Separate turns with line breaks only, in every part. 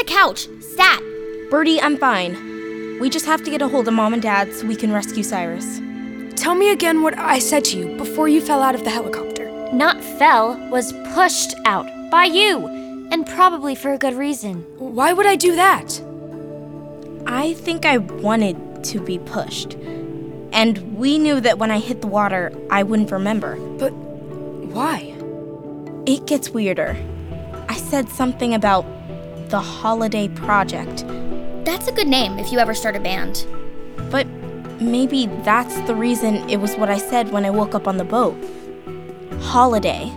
a couch. Stat.
Birdie, I'm fine. We just have to get a hold of Mom and Dad so we can rescue Cyrus.
Tell me again what I said to you before you fell out of the helicopter.
Not fell, was pushed out by you, and probably for a good reason.
Why would I do that?
I think I wanted to be pushed. And we knew that when I hit the water, I wouldn't remember.
But why?
It gets weirder. I said something about the Holiday Project.
That's a good name if you ever start a band.
But maybe that's the reason it was what I said when I woke up on the boat. Holiday.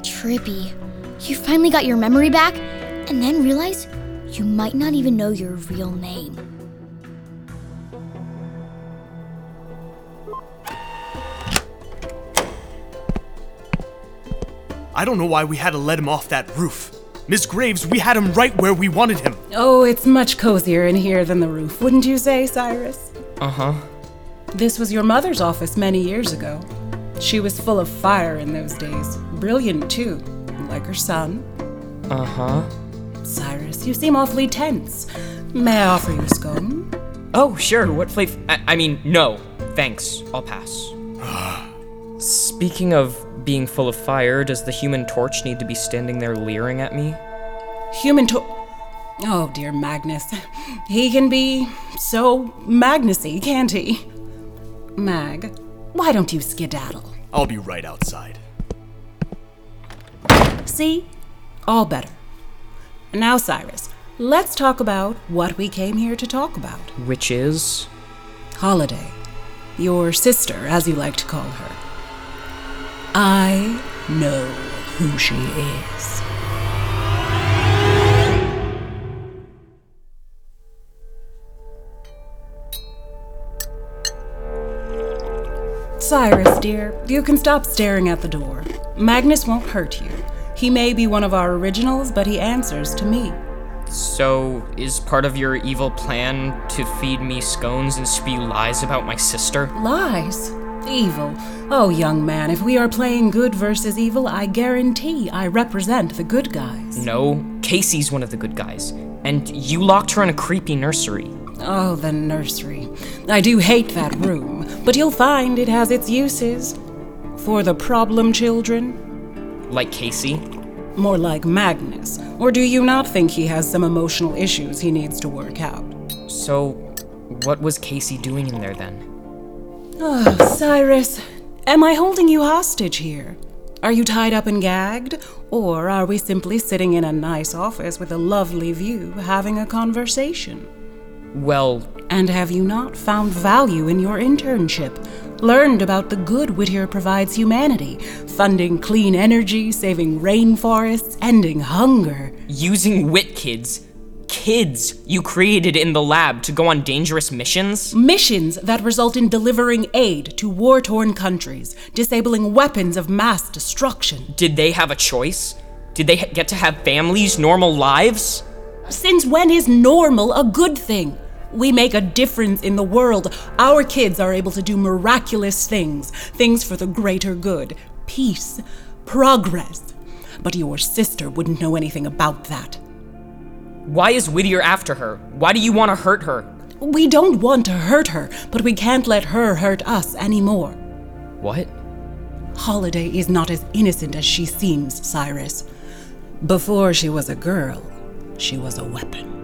Trippy. You finally got your memory back and then realize you might not even know your real name.
I don't know why we had to let him off that roof. Miss Graves, we had him right where we wanted him.
Oh, it's much cozier in here than the roof, wouldn't you say, Cyrus?
Uh huh.
This was your mother's office many years ago. She was full of fire in those days. Brilliant, too, like her son.
Uh huh.
Cyrus, you seem awfully tense. May I offer you a scone?
Oh, sure. What flavor? I-, I mean, no. Thanks. I'll pass. Speaking of being full of fire, does the human torch need to be standing there leering at me?
Human torch. Oh, dear Magnus. He can be so Magnusy, can't he? Mag, why don't you skedaddle?
I'll be right outside.
See? All better. Now, Cyrus, let's talk about what we came here to talk about.
Which is?
Holiday. Your sister, as you like to call her. I know who she is. Cyrus, dear, you can stop staring at the door. Magnus won't hurt you. He may be one of our originals, but he answers to me.
So, is part of your evil plan to feed me scones and spew lies about my sister?
Lies? Evil? Oh, young man, if we are playing good versus evil, I guarantee I represent the good guys.
No, Casey's one of the good guys. And you locked her in a creepy nursery.
Oh, the nursery. I do hate that room, but you'll find it has its uses. For the problem children,
Like Casey?
more like Magnus. Or do you not think he has some emotional issues he needs to work out?
So, what was Casey doing in there then?
Oh, Cyrus, am I holding you hostage here? Are you tied up and gagged? Or are we simply sitting in a nice office with a lovely view having a conversation?
Well,
And have you not found value in your internship? Learned about the good Whittier provides humanity, funding clean energy, saving rainforests, ending hunger.
using wit kids, kids you created in the lab to go on dangerous missions?
Missions that result in delivering aid to war torn countries, disabling weapons of mass destruction.
Did they have a choice? Did they ha- get to have families, normal lives?
Since when is normal a good thing? We make a difference in the world. Our kids are able to do miraculous things, things for the greater good, peace, progress. But your sister wouldn't know anything about that.
Why is Whittier after her? Why do you want to hurt her?
We don't want to hurt her, but we can't let her hurt us anymore.
What?
Holiday is not as innocent as she seems, Cyrus. Before she was a girl, she was a weapon.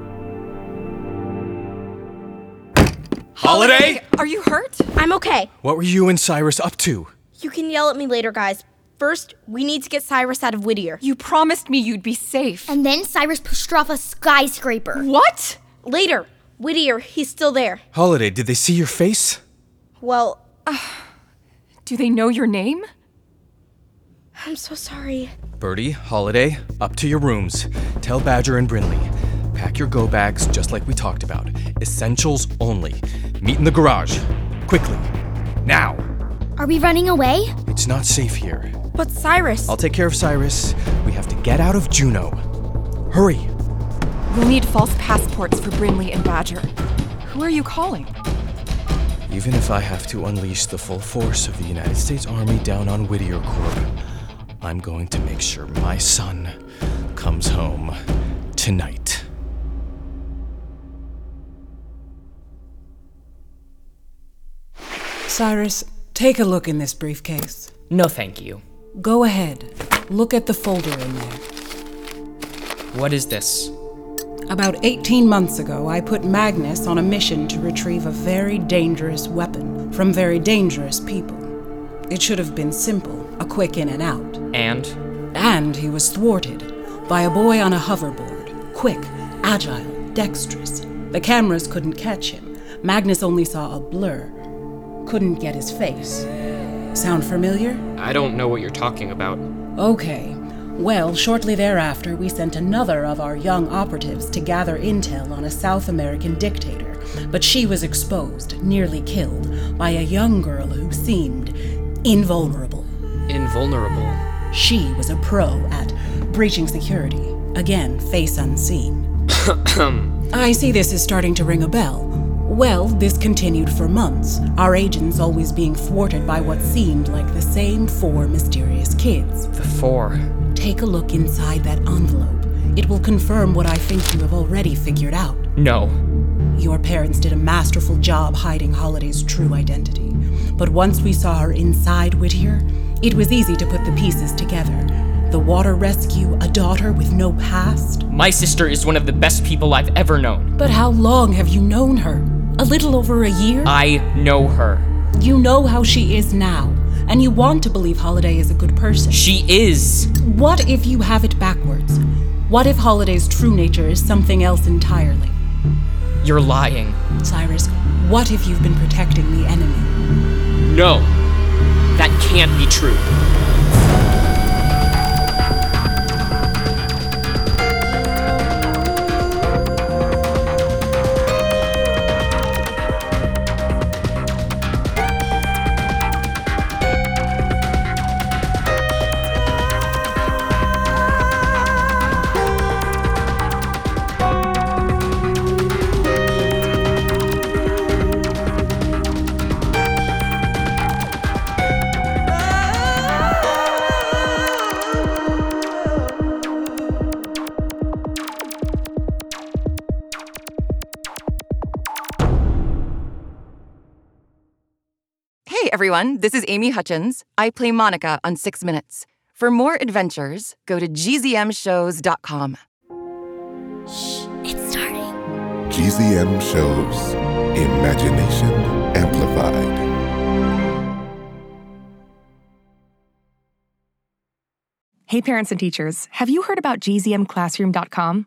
Holiday?
Are you hurt?
I'm okay.
What were you and Cyrus up to?
You can yell at me later, guys. First, we need to get Cyrus out of Whittier.
You promised me you'd be safe.
And then Cyrus pushed her off a skyscraper.
What?
Later, Whittier, he's still there.
Holiday, did they see your face?
Well,
Do they know your name?
I'm so sorry.
Birdie, Holiday, up to your rooms. Tell Badger and Brinley. Pack your go bags just like we talked about. Essentials only. Meet in the garage. Quickly. Now.
Are we running away?
It's not safe here.
But Cyrus,
I'll take care of Cyrus. We have to get out of Juno. Hurry.
We'll need false passports for Brinley and Badger. Who are you calling?
Even if I have to unleash the full force of the United States Army down on Whittier Corp, I'm going to make sure my son comes home tonight.
Cyrus, take a look in this briefcase.
No, thank you.
Go ahead. Look at the folder in there.
What is this?
About 18 months ago, I put Magnus on a mission to retrieve a very dangerous weapon from very dangerous people. It should have been simple, a quick in and out.
And?
And he was thwarted by a boy on a hoverboard. Quick, agile, dexterous. The cameras couldn't catch him. Magnus only saw a blur. Couldn't get his face. Sound familiar?
I don't know what you're talking about.
Okay. Well, shortly thereafter, we sent another of our young operatives to gather intel on a South American dictator, but she was exposed, nearly killed, by a young girl who seemed invulnerable.
Invulnerable.
She was a pro at breaching security, again, face unseen. I see this is starting to ring a bell. Well, this continued for months, our agents always being thwarted by what seemed like the same four mysterious kids.
The four.
Take a look inside that envelope. It will confirm what I think you have already figured out.
No.
Your parents did a masterful job hiding Holiday's true identity. But once we saw her inside Whittier, it was easy to put the pieces together. The water rescue, a daughter with no past.
My sister is one of the best people I've ever known.
But how long have you known her? A little over a year?
I know her.
you know how she is now, and you want to believe Holiday is a good person.
She is.
What if you have it backwards? What if Holiday's true nature is something else entirely?
You're lying.
Cyrus, what if you've been protecting the enemy?
No. That can't be true.
Hey everyone, this is Amy Hutchins. I play Monica on 6 Minutes. For more adventures, go to gzmshows.com.
It's starting.
GZM shows Imagination Amplified.
Hey, parents and teachers, have you heard about gzmclassroom.com?